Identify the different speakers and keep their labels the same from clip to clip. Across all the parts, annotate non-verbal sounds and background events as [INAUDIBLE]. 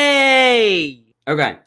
Speaker 1: Yay!
Speaker 2: Okay.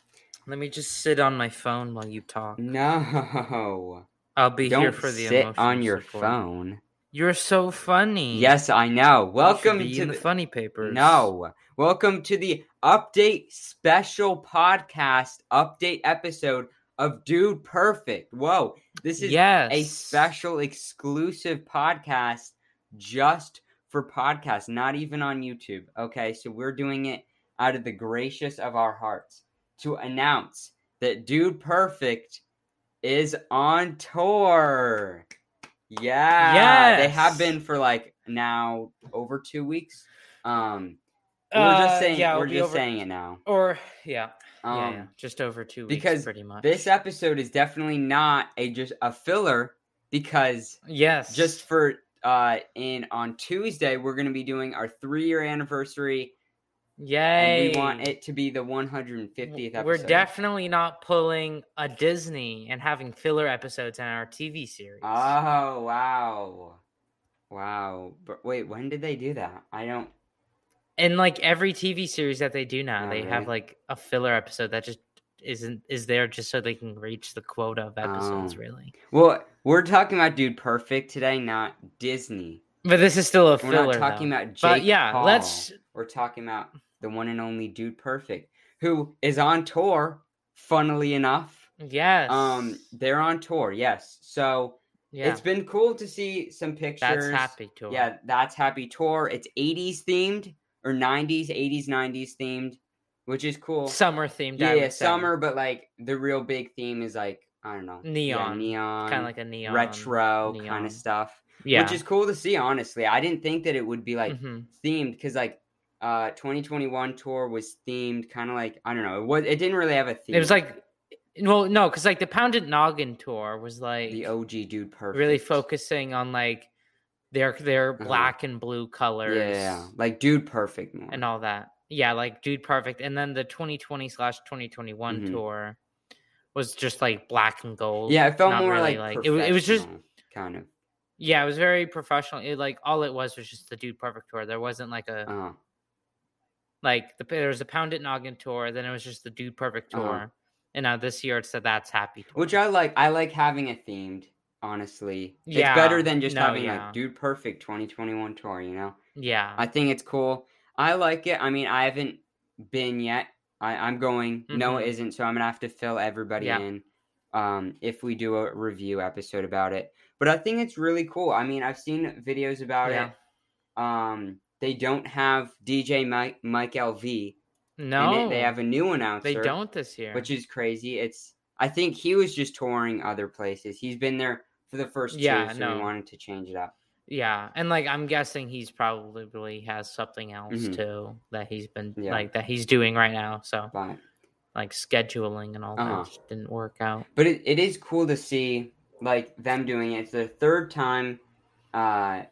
Speaker 1: Let me just sit on my phone while you talk.
Speaker 2: No.
Speaker 1: I'll be
Speaker 2: Don't
Speaker 1: here for the
Speaker 2: sit
Speaker 1: emotional
Speaker 2: on your
Speaker 1: support.
Speaker 2: phone.
Speaker 1: You're so funny.
Speaker 2: Yes, I know.
Speaker 1: You should
Speaker 2: Welcome
Speaker 1: be
Speaker 2: to
Speaker 1: in the,
Speaker 2: the
Speaker 1: funny papers.
Speaker 2: No. Welcome to the update special podcast update episode of Dude Perfect. Whoa. This is
Speaker 1: yes.
Speaker 2: a special exclusive podcast just for podcasts, not even on YouTube. Okay, so we're doing it out of the gracious of our hearts to announce that Dude Perfect is on tour. Yeah, they
Speaker 1: Yes.
Speaker 2: have been for like now over two weeks. Um, we're
Speaker 1: Uh,
Speaker 2: just saying,
Speaker 1: yeah,
Speaker 2: we're
Speaker 1: it'll be
Speaker 2: just
Speaker 1: over-
Speaker 2: saying it now.
Speaker 1: Or yeah,
Speaker 2: Um,
Speaker 1: yeah, yeah, just over two weeks,
Speaker 2: because
Speaker 1: pretty much.
Speaker 2: this episode is definitely not a just a filler because
Speaker 1: yes,
Speaker 2: just for uh in on Tuesday we're going to be doing our 3 year anniversary
Speaker 1: yay.
Speaker 2: and we want it to be the 150th episode.
Speaker 1: We're definitely not pulling a Disney and having filler episodes in our TV series.
Speaker 2: Oh, wow. Wow. But wait, when did they do that? I don't
Speaker 1: and like every TV series that they do now,
Speaker 2: Oh,
Speaker 1: they
Speaker 2: really?
Speaker 1: have like a filler episode that just isn't is there just so they can reach the quota of episodes,
Speaker 2: Oh.
Speaker 1: really.
Speaker 2: Well, we're talking about dude perfect today, not Disney.
Speaker 1: But this is still a
Speaker 2: We're
Speaker 1: filler.
Speaker 2: not talking
Speaker 1: though.
Speaker 2: about Jake
Speaker 1: but yeah,
Speaker 2: Paul.
Speaker 1: let's
Speaker 2: We're talking about the one and only dude perfect who is on tour funnily enough.
Speaker 1: yes,
Speaker 2: Um they're on tour. Yes. So
Speaker 1: yeah,
Speaker 2: It's been cool to see some pictures.
Speaker 1: that's happy to
Speaker 2: Yeah, that's happy tour. It's 80s themed or 90s, 80s, 90s themed, which is cool.
Speaker 1: summer themed.
Speaker 2: yeah, yeah, summer, but like the real big theme is like I don't know, yeah,
Speaker 1: Neon.
Speaker 2: neon,
Speaker 1: kind of like a neon
Speaker 2: retro kind
Speaker 1: neon.
Speaker 2: of stuff,
Speaker 1: yeah,
Speaker 2: which is cool to see. Honestly, I didn't think that it would be like
Speaker 1: Mhm.
Speaker 2: themed because like uh 2021 tour was themed kind of like I don't know, it was it didn't really have a theme.
Speaker 1: it was like well no because like the Pounded Noggin tour was like
Speaker 2: the OG dude perfect,
Speaker 1: really focusing on like their their
Speaker 2: Uh-huh.
Speaker 1: black and blue
Speaker 2: Yeah,
Speaker 1: colors
Speaker 2: yeah, yeah, like dude perfect more.
Speaker 1: and all that yeah like dude perfect and then the 2020 slash 2021
Speaker 2: Mhm.
Speaker 1: tour was just like black and gold
Speaker 2: Yeah, it felt
Speaker 1: not
Speaker 2: more
Speaker 1: really,
Speaker 2: like,
Speaker 1: like- it wa- it was just-
Speaker 2: professional, kind of.
Speaker 1: yeah it was very professional it like all it was was just the dude perfect tour there wasn't like a
Speaker 2: Uh,
Speaker 1: like the, there was a pound it noggin tour then it was just the dude perfect
Speaker 2: Uh-huh.
Speaker 1: tour and now this year it's the that's happy tour.
Speaker 2: which I like. I like having it themed. Honestly,
Speaker 1: Yeah,
Speaker 2: it's better than just
Speaker 1: no,
Speaker 2: having
Speaker 1: yeah.
Speaker 2: like Dude Perfect 2021 tour. You know,
Speaker 1: yeah
Speaker 2: I think it's cool. I like it. I mean, I haven't been yet. I, I'm going. No,
Speaker 1: Mhm.
Speaker 2: it isn't. So I'm gonna have to fill everybody
Speaker 1: Yeah.
Speaker 2: in. Um, if we do a review episode about it, but I think it's really cool. I mean, I've seen videos about
Speaker 1: Yeah.
Speaker 2: it. Um, they don't have DJ Mike Mike LV.
Speaker 1: no
Speaker 2: And they, they have a new announcer.
Speaker 1: they don't this year
Speaker 2: which is crazy. It's I think he was just touring other places. He's been there for the first
Speaker 1: Yeah,
Speaker 2: two, so
Speaker 1: no.
Speaker 2: we wanted to change it up.
Speaker 1: Yeah, and like I'm guessing he's probably really has something else
Speaker 2: Mhm.
Speaker 1: too that he's been
Speaker 2: Yeah.
Speaker 1: like that he's doing right now. So
Speaker 2: But
Speaker 1: like scheduling and all
Speaker 2: Uh-huh.
Speaker 1: that just didn't work out.
Speaker 2: but it, it is cool to see like them doing it. It's their third time, uh,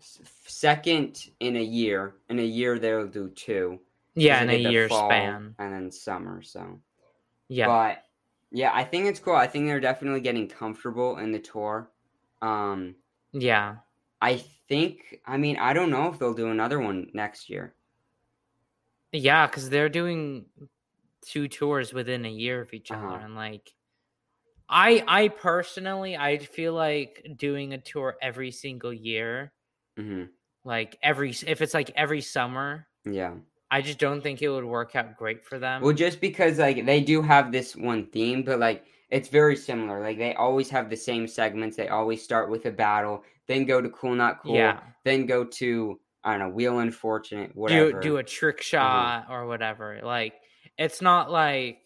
Speaker 2: s- second in a year. In a year they'll do two. 'cause
Speaker 1: Yeah,
Speaker 2: they
Speaker 1: in a
Speaker 2: did the
Speaker 1: year
Speaker 2: fall
Speaker 1: span.
Speaker 2: and then summer. So
Speaker 1: Yeah,
Speaker 2: But yeah, I think it's cool. I think they're definitely getting comfortable in the tour. Um,
Speaker 1: yeah.
Speaker 2: I think. I mean, I don't know if they'll do another one next year.
Speaker 1: Yeah, because they're doing two tours within a year of each
Speaker 2: Uh-huh.
Speaker 1: other, and like, I I personally I feel like doing a tour every single year,
Speaker 2: hmm
Speaker 1: like every s- if it's like every summer,
Speaker 2: Yeah.
Speaker 1: I just don't think it would work out great for them.
Speaker 2: Well, just because like they do have this one theme, but like it's very similar. Like they always have the same segments. They always start with a battle, then go to cool not cool,
Speaker 1: Yeah,
Speaker 2: then go to I don't know wheel unfortunate
Speaker 1: do
Speaker 2: whatever. Mm-hmm.
Speaker 1: do a trick shot or whatever. Like it's not like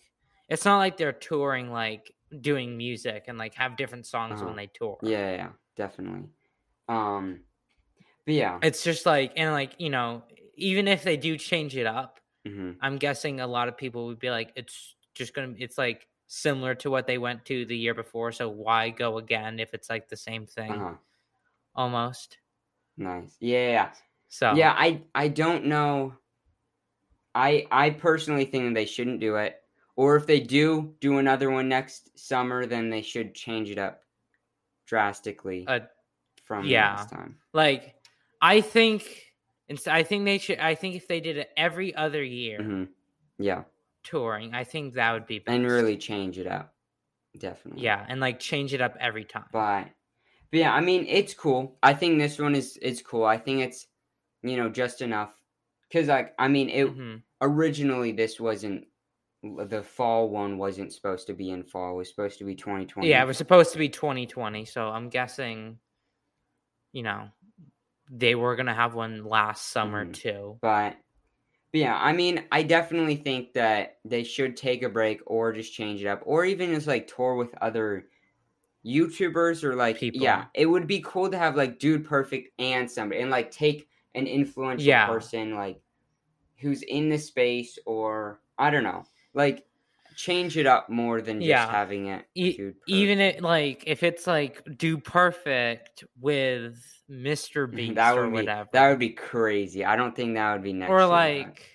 Speaker 1: it's not like they're touring like doing music and like have different songs
Speaker 2: Uh-huh.
Speaker 1: when they tour.
Speaker 2: Yeah, yeah, yeah, definitely. Um, but yeah,
Speaker 1: It's just like and like, you know, even if they do change it up,
Speaker 2: mhm,
Speaker 1: I'm guessing a lot of people would be like it's just going to it's like similar to what they went to the year before, so why go again if it's like the same thing
Speaker 2: uh-huh,
Speaker 1: almost.
Speaker 2: nice. Yeah, yeah, yeah.
Speaker 1: So
Speaker 2: Yeah, I I don't know. I I personally think that they shouldn't do it. Or if they do do another one next summer, then they should change it up drastically
Speaker 1: Uh,
Speaker 2: from
Speaker 1: yeah.
Speaker 2: last time.
Speaker 1: like I think And so I think they should. I think if they did it every other year
Speaker 2: hmm Yeah,
Speaker 1: touring, I think that would be best.
Speaker 2: and really change it up, definitely.
Speaker 1: yeah, and like change it up every time.
Speaker 2: But, but yeah, I mean, it's cool. I think this one is it's cool. I think it's, you know, just enough. Cause like I mean, it
Speaker 1: Mhm.
Speaker 2: originally this wasn't the fall one wasn't supposed to be in fall. It was supposed to be 2020.
Speaker 1: Yeah, it was supposed to be 2020, so I'm guessing, you know, they were gonna have one last summer
Speaker 2: Mhm.
Speaker 1: too.
Speaker 2: But, but yeah, I mean, I definitely think that they should take a break or just change it up, or even just like tour with other YouTubers or like
Speaker 1: People.
Speaker 2: Yeah, it would be cool to have like Dude Perfect and somebody, and like take an influential
Speaker 1: Yeah.
Speaker 2: person like who's in the space, or I don't know, like change it up more than just
Speaker 1: Yeah.
Speaker 2: having it.
Speaker 1: E-
Speaker 2: Dude
Speaker 1: Even it like if it's like do perfect with Mr.
Speaker 2: Perfect.
Speaker 1: Beast
Speaker 2: Mm-hmm, that
Speaker 1: or
Speaker 2: would be
Speaker 1: whatever,
Speaker 2: that would be crazy. I don't think that would be next.
Speaker 1: or
Speaker 2: year, but
Speaker 1: like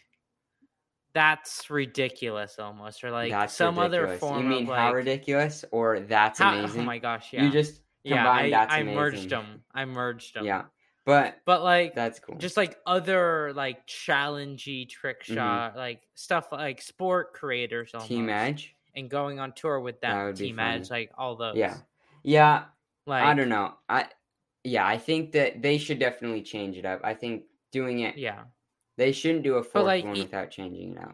Speaker 1: that's ridiculous almost, or like
Speaker 2: that's
Speaker 1: some other
Speaker 2: ridiculous.
Speaker 1: form
Speaker 2: You mean
Speaker 1: of like
Speaker 2: how ridiculous or that's
Speaker 1: how- [LAUGHS]
Speaker 2: amazing?
Speaker 1: Oh my gosh, yeah,
Speaker 2: You just
Speaker 1: yeah,
Speaker 2: combined
Speaker 1: I,
Speaker 2: that's
Speaker 1: I
Speaker 2: amazing.
Speaker 1: merged them, I merged them,
Speaker 2: Yeah, but
Speaker 1: but like
Speaker 2: that's cool.
Speaker 1: just like other like challengey trick
Speaker 2: Mhm.
Speaker 1: shot like stuff like sport creators almost,
Speaker 2: Team Edge.
Speaker 1: and going on tour with them
Speaker 2: That would be
Speaker 1: team edge like all those
Speaker 2: Yeah, yeah.
Speaker 1: like
Speaker 2: I don't know. I yeah, I think that they should definitely change it up. I think doing it,
Speaker 1: yeah
Speaker 2: they shouldn't do a fourth
Speaker 1: like,
Speaker 2: one
Speaker 1: e-
Speaker 2: without changing it out.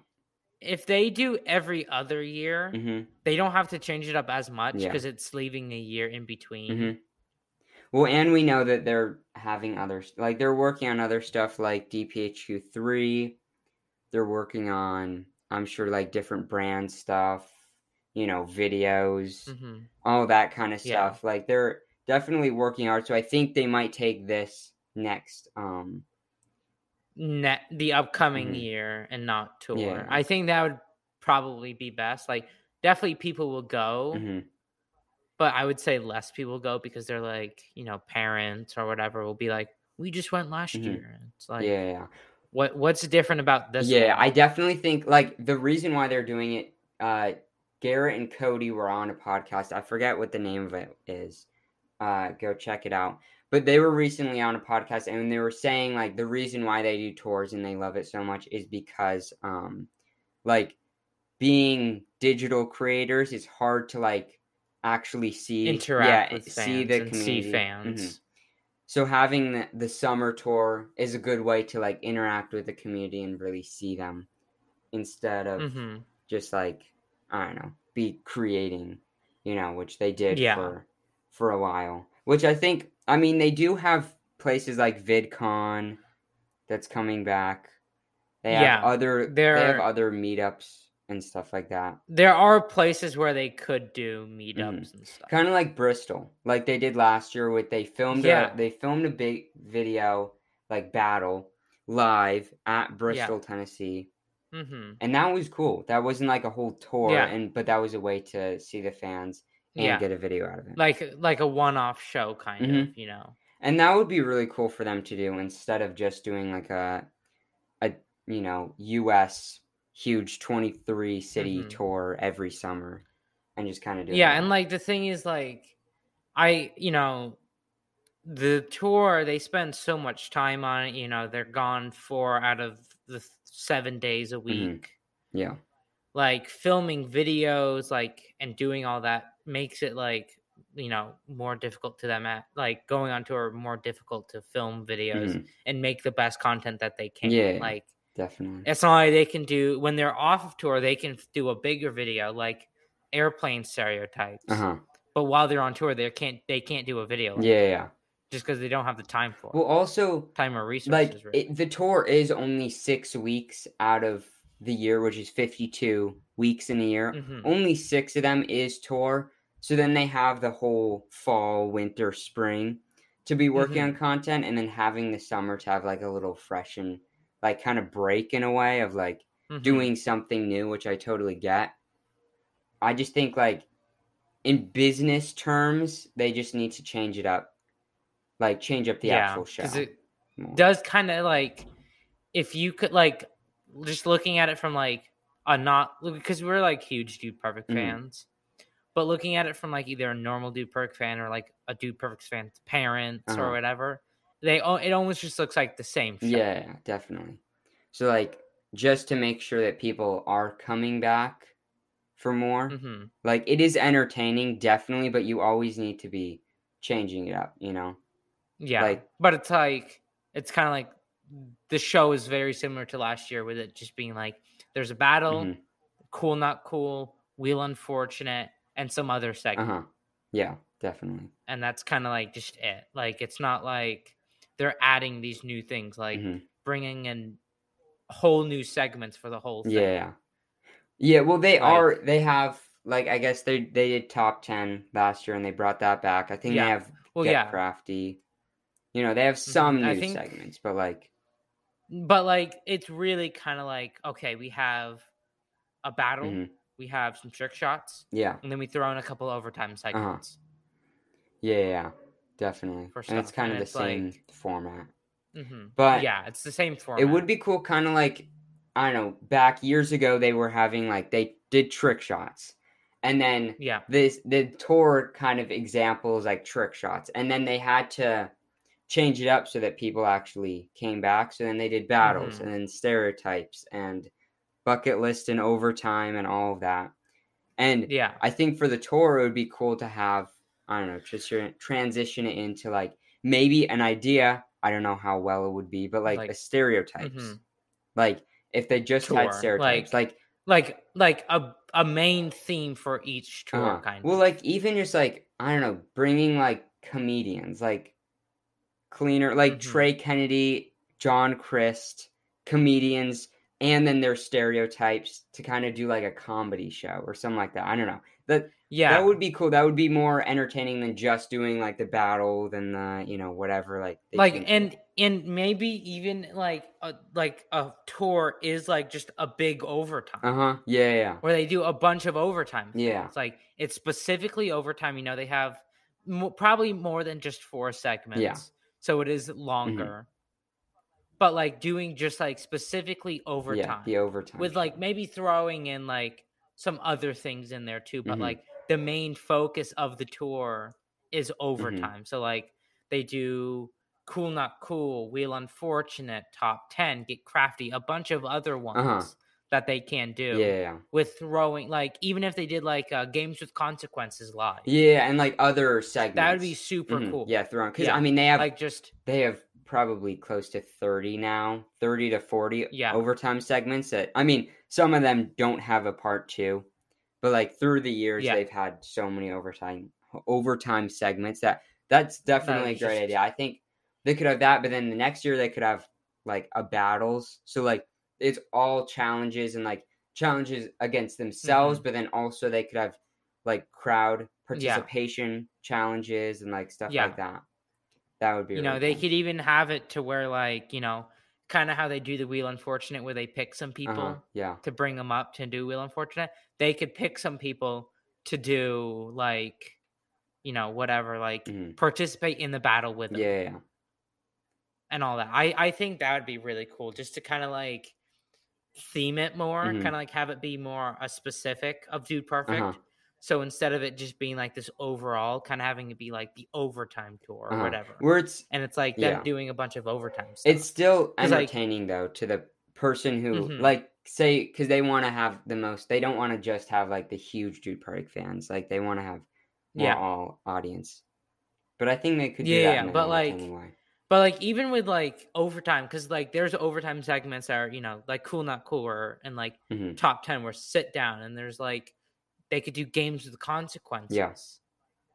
Speaker 1: if they do every other year
Speaker 2: hmm
Speaker 1: they don't have to change it up as much
Speaker 2: Yeah.
Speaker 1: because it's leaving a year in between
Speaker 2: hmm Well, and we know that they're having other like they're working on other stuff like DPHQ three. They're working on, I'm sure, like different brand stuff. You know, videos.
Speaker 1: Mhm.
Speaker 2: all that kind of
Speaker 1: Yeah.
Speaker 2: stuff. Like they're definitely working hard, so I think they might take this next. Um,
Speaker 1: Ne- the upcoming
Speaker 2: Mhm.
Speaker 1: year and not tour
Speaker 2: Yeah.
Speaker 1: i think that would probably be best like definitely people will go
Speaker 2: mhm,
Speaker 1: but I would say less people go because they're like, you know, parents or whatever will be like, we just went last
Speaker 2: Mhm.
Speaker 1: year. It's like,
Speaker 2: yeah, yeah,
Speaker 1: what what's different about
Speaker 2: yeah.
Speaker 1: this?
Speaker 2: Yeah,
Speaker 1: one?
Speaker 2: I definitely think like the reason why they're doing it. Uh, Garrett and Cody were on a podcast. I forget what the name of it is. Uh, go check it out. But they were recently on a podcast, and they were saying like the reason why they do tours and they love it so much is because um, like being digital creators it's hard to like actually see
Speaker 1: interact
Speaker 2: yeah,
Speaker 1: with fans
Speaker 2: see the
Speaker 1: and
Speaker 2: community.
Speaker 1: see
Speaker 2: Mhm.
Speaker 1: fans.
Speaker 2: So having the, the summer tour is a good way to like interact with the community and really see them instead of
Speaker 1: hmm
Speaker 2: just like I don't know, be creating, you know, which they did
Speaker 1: Yeah.
Speaker 2: for for a while. Which I think I mean they do have places like VidCon that's coming back. They have
Speaker 1: Yeah,
Speaker 2: other they have
Speaker 1: they're-
Speaker 2: other meetups and stuff like that.
Speaker 1: There are places where they could do
Speaker 2: Mm-hmm.
Speaker 1: meetups and stuff.
Speaker 2: kind of like Bristol, like they did last year. With they filmed,
Speaker 1: Yeah.
Speaker 2: a, they filmed a big video like battle live at Bristol, Tennessee,
Speaker 1: hmm
Speaker 2: and that was cool. That wasn't like a whole tour,
Speaker 1: Yeah.
Speaker 2: and but that was a way to see the fans and
Speaker 1: Yeah,
Speaker 2: get a video out of it.
Speaker 1: like like a one-off show kind
Speaker 2: Mhm.
Speaker 1: of, you know.
Speaker 2: and that would be really cool for them to do instead of just doing like a, a you know U.S. huge twenty three city
Speaker 1: Mhm.
Speaker 2: tour every summer, and just kind of do
Speaker 1: yeah
Speaker 2: it.
Speaker 1: and like the thing is like i you know the tour they spend so much time on it you know they're gone four out of the th- seven days a week
Speaker 2: yeah,
Speaker 1: like filming videos like and doing all that makes it like you know more difficult to them at like going on tour more difficult to film videos
Speaker 2: Mhm.
Speaker 1: and make the best content that they can
Speaker 2: Yeah.
Speaker 1: like
Speaker 2: definitely.
Speaker 1: it's not like they can do when they're off of tour they can do a bigger video like airplane stereotypes
Speaker 2: Uh huh.
Speaker 1: but while they're on tour, they can't they can't do a video like
Speaker 2: Yeah, yeah, yeah.
Speaker 1: just because they don't have the time for it.
Speaker 2: Well, also
Speaker 1: time or resources.
Speaker 2: like
Speaker 1: really.
Speaker 2: it, the tour is only six weeks out of the year, which is fifty-two weeks in a year.
Speaker 1: Mhm.
Speaker 2: Only six of them is tour. So then they have the whole fall, winter, spring to be working on
Speaker 1: Mm-hmm.
Speaker 2: content, and then having the summer to have like a little fresh and like kind of break in a way of like
Speaker 1: Mhm.
Speaker 2: doing something new, which I totally get. I just think like in business terms, they just need to change it up, like change up the actual show.
Speaker 1: 'cause it
Speaker 2: more.
Speaker 1: does kind of like if you could like just looking at it from like a not because we're like huge Dude Perfect
Speaker 2: Mhm.
Speaker 1: fans, but looking at it from like either a normal Dude Perfect fan or like a Dude Perfect fan's parents
Speaker 2: Uh-huh.
Speaker 1: or whatever, They al- it almost just looks like the same show.
Speaker 2: Yeah, definitely. So like just to make sure that people are coming back for more.
Speaker 1: Mhm.
Speaker 2: Like it is entertaining, definitely, but you always need to be changing it up, you know?
Speaker 1: Yeah.
Speaker 2: Like
Speaker 1: but it's like it's kind of like the show is very similar to last year with it just being like there's a battle,
Speaker 2: mhm,
Speaker 1: cool not cool, wheel unfortunate, and some other segment.
Speaker 2: uh-huh. Yeah, definitely.
Speaker 1: and that's kind of like just it. Like it's not like they're adding these new things, like
Speaker 2: Mhm.
Speaker 1: bringing in whole new segments for the whole thing.
Speaker 2: Yeah. Yeah, well they
Speaker 1: Like-
Speaker 2: are they have like I guess they they did top 10 last year and they brought that back. I think
Speaker 1: Yeah.
Speaker 2: they have
Speaker 1: Well,
Speaker 2: Get
Speaker 1: yeah, Mm-hmm.
Speaker 2: Crafty. You know, they have some
Speaker 1: I
Speaker 2: new
Speaker 1: think-
Speaker 2: segments, but like
Speaker 1: but like it's really kind of like okay, we have a battle,
Speaker 2: mhm,
Speaker 1: we have some trick shots,
Speaker 2: yeah.
Speaker 1: and then we throw in a couple
Speaker 2: Uh-huh.
Speaker 1: overtime segments.
Speaker 2: Yeah, yeah, yeah, definitely.
Speaker 1: For
Speaker 2: and it's
Speaker 1: stuff,
Speaker 2: kind
Speaker 1: and
Speaker 2: of the
Speaker 1: it's, like-
Speaker 2: same format.
Speaker 1: hmm
Speaker 2: But
Speaker 1: yeah, it's the same format.
Speaker 2: it would be cool kind of like I don't know, back years ago they were having like they did trick shots. And then
Speaker 1: yeah,
Speaker 2: this the tour kind of examples like trick shots. And then they had to change it up so that people actually came back. So then they did battles
Speaker 1: Mhm.
Speaker 2: and then stereotypes and bucket list and overtime and all of that. And
Speaker 1: yeah,
Speaker 2: I think for the tour, it would be cool to have, I don't know, just tran- transition it into like maybe an idea. I don't know how well it would be, but like,
Speaker 1: Like-
Speaker 2: a stereotypes.
Speaker 1: mhm.
Speaker 2: Like if they just
Speaker 1: Tour,
Speaker 2: had stereotypes, like,
Speaker 1: like like a a main theme for each tour
Speaker 2: uh,
Speaker 1: kind.
Speaker 2: well,
Speaker 1: of.
Speaker 2: like even just like, I don't know, bringing like comedians, like cleaner, like
Speaker 1: Mhm.
Speaker 2: Trey Kennedy, John Christ, comedians, and then their stereotypes to kind of do like a comedy show or something like that. I don't know. That
Speaker 1: yeah,
Speaker 2: That would be cool. That would be more entertaining than just doing like the battle than the you know whatever like they
Speaker 1: like
Speaker 2: change it
Speaker 1: and
Speaker 2: up.
Speaker 1: and maybe even like a like a tour is like just a big overtime
Speaker 2: uh-huh yeah yeah
Speaker 1: where they do a bunch of overtime
Speaker 2: yeah. yeah
Speaker 1: it's like it's specifically overtime you know they have mo- probably more than just four segments so it
Speaker 2: Mm-hmm.
Speaker 1: is longer but like doing just like specifically
Speaker 2: yeah
Speaker 1: overtime
Speaker 2: the overtime
Speaker 1: with like
Speaker 2: show.
Speaker 1: maybe throwing in like some other things in there too but
Speaker 2: Mhm.
Speaker 1: like the main focus of the tour is
Speaker 2: Mm-hmm.
Speaker 1: overtime so like they do cool not cool wheel unfortunate top 10 get crafty a bunch of other ones that they can do
Speaker 2: Uh-huh. yeah yeah
Speaker 1: with throwing like even if they did like uh, games with consequences live
Speaker 2: yeah and like other segments
Speaker 1: that would be super
Speaker 2: Mhm,
Speaker 1: cool
Speaker 2: yeah throwing because
Speaker 1: Yeah,
Speaker 2: I mean they have
Speaker 1: like just
Speaker 2: they have probably close to 30 now 30 to 40
Speaker 1: Yeah.
Speaker 2: overtime segments that i mean some of them don't have a part two but like through the years
Speaker 1: Yeah.
Speaker 2: they've had so many overtime overtime segments that that's definitely a
Speaker 1: it's
Speaker 2: great
Speaker 1: just-
Speaker 2: idea i think they could have that but then the next year they could have like a battles so like it's all challenges and like challenges against themselves but then also they could have like crowd
Speaker 1: Mm-hmm. Yeah.
Speaker 2: participation challenges and like stuff
Speaker 1: Yeah.
Speaker 2: like that that would be
Speaker 1: you know
Speaker 2: really
Speaker 1: they
Speaker 2: fun.
Speaker 1: could even have it to where like you know kind of how they do the wheel unfortunate where they pick some people
Speaker 2: Uh-huh, Yeah.
Speaker 1: to bring them up to do Wheel Unfortunate. They could pick some people to do like, you know, whatever, like
Speaker 2: Mhm.
Speaker 1: participate in the battle with them
Speaker 2: Yeah. yeah.
Speaker 1: and all that. I I think that would be really cool just to kind of like theme it more,
Speaker 2: Mhm.
Speaker 1: kind of like have it be more a specific of Dude Perfect.
Speaker 2: Uh-huh.
Speaker 1: So instead of it just being like this overall, kind of having it be like the overtime tour or
Speaker 2: Uh-huh.
Speaker 1: whatever.
Speaker 2: Where it's
Speaker 1: and it's like them
Speaker 2: yeah.
Speaker 1: doing a bunch of overtime stuff.
Speaker 2: it's still
Speaker 1: 'Cause, like-
Speaker 2: entertaining though to the person who
Speaker 1: Mhm.
Speaker 2: like say because they want to have the most. They don't want to just have like the huge Dude Perfect fans. Like they want to have more
Speaker 1: Yeah.
Speaker 2: all audience. But I think they could do
Speaker 1: Yeah,
Speaker 2: that
Speaker 1: yeah,
Speaker 2: in an
Speaker 1: but, like,
Speaker 2: entertaining way.
Speaker 1: But like even with like overtime, because like there's overtime segments that are you know like cool not cool or and like
Speaker 2: Mhm.
Speaker 1: top ten where sit down and there's like they could do games with consequences.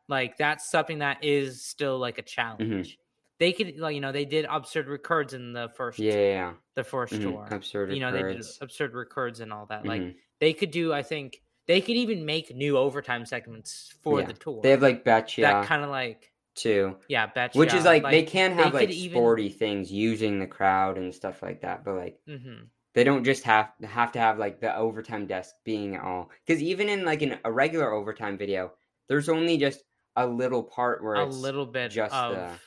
Speaker 1: Like that's something that is still like a
Speaker 2: Mm-hmm.
Speaker 1: challenge. They could like you know they did absurd records in the first
Speaker 2: yeah, yeah,
Speaker 1: the 1st
Speaker 2: yeah. Mhm.
Speaker 1: tour.
Speaker 2: absurd.
Speaker 1: you know they did
Speaker 2: recurrence.
Speaker 1: absurd records and all that. Like
Speaker 2: Mhm.
Speaker 1: they could do I think they could even make new overtime segments for
Speaker 2: Yeah.
Speaker 1: the tour.
Speaker 2: they have like
Speaker 1: that
Speaker 2: Batya
Speaker 1: kind of like
Speaker 2: too,
Speaker 1: yeah, betcha,
Speaker 2: which is like, they can
Speaker 1: they
Speaker 2: have like
Speaker 1: could even-
Speaker 2: sporty things using the crowd and stuff like that. But like
Speaker 1: mhm.
Speaker 2: they don't just have have to have like the overtime desk being at all because even in like an, a regular overtime video there's only just a little part where
Speaker 1: a
Speaker 2: it's
Speaker 1: little bit
Speaker 2: just uh,
Speaker 1: of
Speaker 2: the-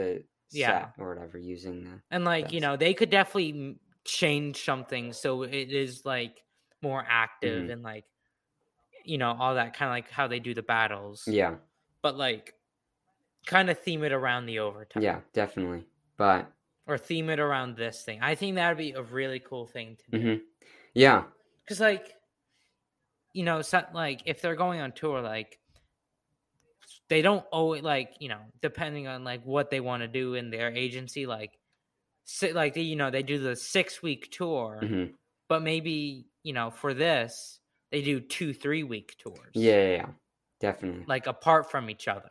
Speaker 2: the
Speaker 1: Yeah.
Speaker 2: set or whatever using the
Speaker 1: and like you
Speaker 2: Yes.
Speaker 1: know they could definitely m- change something so it is like more active
Speaker 2: Mhm.
Speaker 1: and like you know all that kind of like how they do the battles
Speaker 2: yeah
Speaker 1: but like kind of theme it around the overtime
Speaker 2: yeah definitely But
Speaker 1: or theme it around this thing. I think that'd be a really cool thing to do.
Speaker 2: mhm. yeah,
Speaker 1: Because like, you know, so, like if they're going on tour, like they don't owe it. Like you know, depending on like what they want to do in their agency, like si- like they, you know they do the six week tour,
Speaker 2: mhm.
Speaker 1: but maybe you know for this they do two three week tours.
Speaker 2: yeah, yeah, yeah, definitely.
Speaker 1: like apart from each other,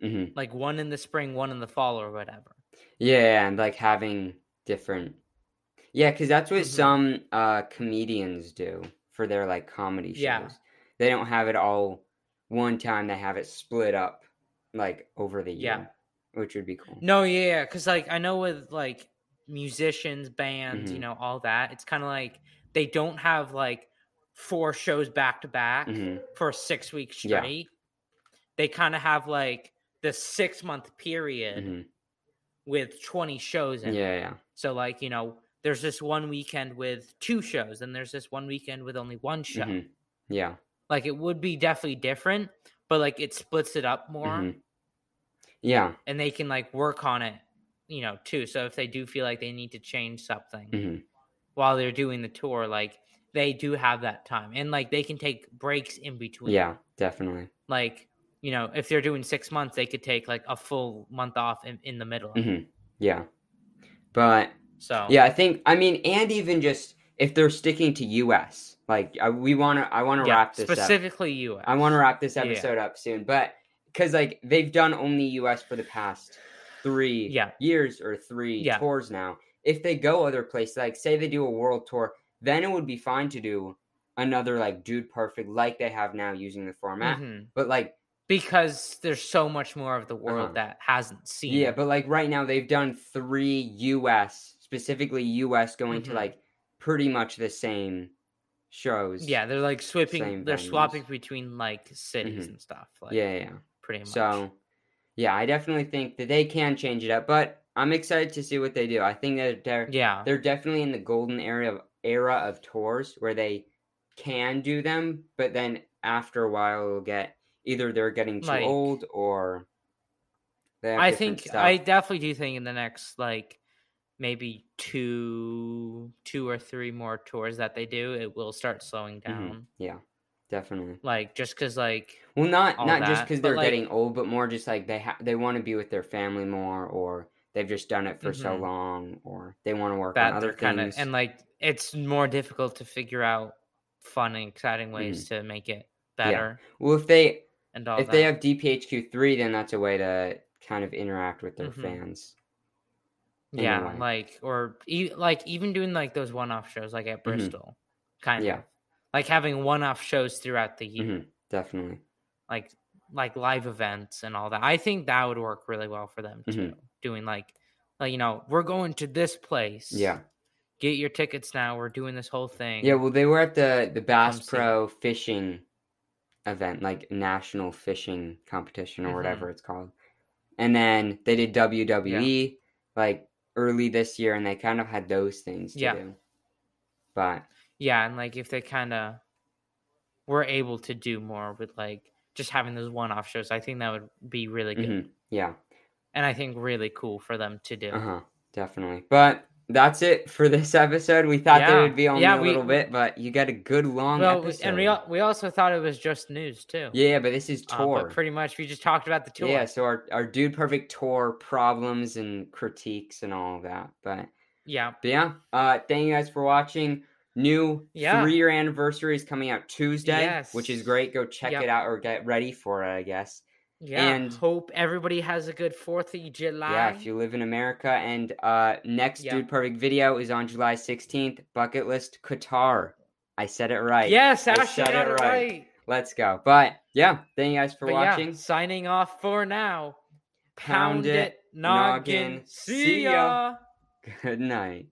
Speaker 2: hmm
Speaker 1: like one in the spring, one in the fall, or whatever.
Speaker 2: Yeah, and like having different. Yeah, because that's what
Speaker 1: Mhm.
Speaker 2: some uh comedians do for their like comedy shows.
Speaker 1: Yeah.
Speaker 2: They don't have it all one time. They have it split up like over the
Speaker 1: Yeah.
Speaker 2: year, which would be cool.
Speaker 1: No, yeah, yeah, cuz like I know with like musicians, bands, you
Speaker 2: Mhm.
Speaker 1: know, all that, it's kind of like they don't have like four shows back to back
Speaker 2: Mhm.
Speaker 1: for 6 weeks
Speaker 2: Yeah.
Speaker 1: straight. They kind of have like the 6 month period
Speaker 2: Mhm.
Speaker 1: with 20 shows
Speaker 2: Yeah,
Speaker 1: in. it.
Speaker 2: yeah,
Speaker 1: So like, you know, there's this one weekend with two shows and there's this one weekend with only one show.
Speaker 2: mhm. yeah.
Speaker 1: Like it would be definitely different, but like it splits it up more.
Speaker 2: mhm. Yeah.
Speaker 1: and they can like work on it, you know, too. So if they do feel like they need to change something
Speaker 2: mhm.
Speaker 1: while they're doing the tour, like they do have that time and like they can take breaks in between.
Speaker 2: Yeah, definitely.
Speaker 1: Like, you know, if they're doing six months, they could take like a full month off in, in the middle. of it.
Speaker 2: Mhm. Yeah. But
Speaker 1: So,
Speaker 2: Mm-hmm. Yeah, I think I mean, and even just if they're sticking to U.S., like I, we want to, I want to
Speaker 1: yeah,
Speaker 2: wrap this up.
Speaker 1: specifically you.
Speaker 2: I want to wrap this
Speaker 1: Yeah.
Speaker 2: episode up soon, but because like they've done only U.S. for the past three
Speaker 1: Yeah.
Speaker 2: years or three
Speaker 1: Yeah.
Speaker 2: tours now. If they go other places, like say they do a world tour, then it would be fine to do another like Dude Perfect, like they have now using the format.
Speaker 1: Mm-hmm.
Speaker 2: But like,
Speaker 1: because there's so much more of the world
Speaker 2: Uh-huh.
Speaker 1: that hasn't seen.
Speaker 2: yeah,
Speaker 1: it.
Speaker 2: but like right now they've done three U.S. specifically U.S. going
Speaker 1: Mhm.
Speaker 2: to like pretty much the same shows.
Speaker 1: yeah, they're like
Speaker 2: same
Speaker 1: swapping. They're
Speaker 2: venues.
Speaker 1: swapping between like cities
Speaker 2: Mhm.
Speaker 1: and stuff. Like,
Speaker 2: yeah, yeah.
Speaker 1: pretty much.
Speaker 2: So, yeah, I definitely think that they can change it up, but I'm excited to see what they do. I think that they're
Speaker 1: yeah,
Speaker 2: they're definitely in the golden era of era of tours where they can do them, but then after a while, it'll get either they're getting too
Speaker 1: Like-
Speaker 2: old or they have
Speaker 1: I
Speaker 2: different
Speaker 1: think
Speaker 2: stuff.
Speaker 1: I definitely do think in the next like maybe two two or three more tours that they do, it will start slowing down.
Speaker 2: Mm-hmm. yeah, definitely.
Speaker 1: Like just because like
Speaker 2: Well, not
Speaker 1: all
Speaker 2: not just
Speaker 1: that,
Speaker 2: because
Speaker 1: but,
Speaker 2: they're
Speaker 1: like-
Speaker 2: getting old, but more just like they ha- they want to be with their family more, or they've just done it for so
Speaker 1: Mhm.
Speaker 2: long, or they want to work on
Speaker 1: that
Speaker 2: other
Speaker 1: they're kind of
Speaker 2: things.
Speaker 1: and like it's more difficult to figure out fun and exciting ways to make it better
Speaker 2: well, if they
Speaker 1: and all
Speaker 2: Mm. if
Speaker 1: that.
Speaker 2: they have DPHQ three, then that's a way to kind of interact with their
Speaker 1: Mhm.
Speaker 2: fans. in a
Speaker 1: yeah,
Speaker 2: way.
Speaker 1: like or e- like even doing like those one off shows like at Bristol, kind
Speaker 2: Mm-hmm. Yeah.
Speaker 1: of like having one off shows throughout the year.
Speaker 2: Mhm. Definitely.
Speaker 1: like like live events and all that. I think that would work really well for them
Speaker 2: Mhm.
Speaker 1: too. Doing like like you know, we're going to this place.
Speaker 2: Yeah.
Speaker 1: Get your tickets now. We're doing this whole thing.
Speaker 2: Yeah. Well, they were at the the Bass
Speaker 1: Come see it.
Speaker 2: Pro fishing event, like national fishing competition or
Speaker 1: Mhm.
Speaker 2: whatever it's called, and then they did WWE like early this year, and they kind of had those things to
Speaker 1: Yeah.
Speaker 2: do. But
Speaker 1: Yeah, and like if they kind of were able to do more with like just having those one-off shows, I think that would be really good,
Speaker 2: mhm, yeah,
Speaker 1: and I think really cool for them to do.
Speaker 2: uh huh, definitely. But that's it for this episode. We thought there
Speaker 1: Yeah.
Speaker 2: would be only
Speaker 1: Yeah,
Speaker 2: a
Speaker 1: we-
Speaker 2: little bit, but you got a good long
Speaker 1: Well, we-
Speaker 2: episode.
Speaker 1: and we al- we also thought it was just news too.
Speaker 2: yeah, but this is
Speaker 1: Uh,
Speaker 2: tour.
Speaker 1: but pretty much we just talked about the tour.
Speaker 2: Yeah, so our, our Dude Perfect tour problems and critiques and all that. But,
Speaker 1: Yeah.
Speaker 2: but yeah, uh, thank you guys for watching. New
Speaker 1: Yeah.
Speaker 2: three year anniversary is coming out Tuesday, which is
Speaker 1: Yes.
Speaker 2: great. Go check
Speaker 1: Yep.
Speaker 2: it out or get ready for it, I guess.
Speaker 1: Yeah.
Speaker 2: And-
Speaker 1: hope everybody has a good 4th of July.
Speaker 2: Yeah, if you live in America. And uh, next
Speaker 1: Yeah.
Speaker 2: Dude Perfect video is on July 16th. Bucket List Qatar. I said it right.
Speaker 1: Yes,
Speaker 2: I
Speaker 1: Ash, you
Speaker 2: said
Speaker 1: got
Speaker 2: it
Speaker 1: it
Speaker 2: right.
Speaker 1: right.
Speaker 2: Let's go. But yeah, thank you guys for
Speaker 1: But yeah,
Speaker 2: watching.
Speaker 1: signing off for now.
Speaker 2: Pound it, noggin.
Speaker 1: See
Speaker 2: See ya.
Speaker 1: ya.
Speaker 2: [LAUGHS] Good night.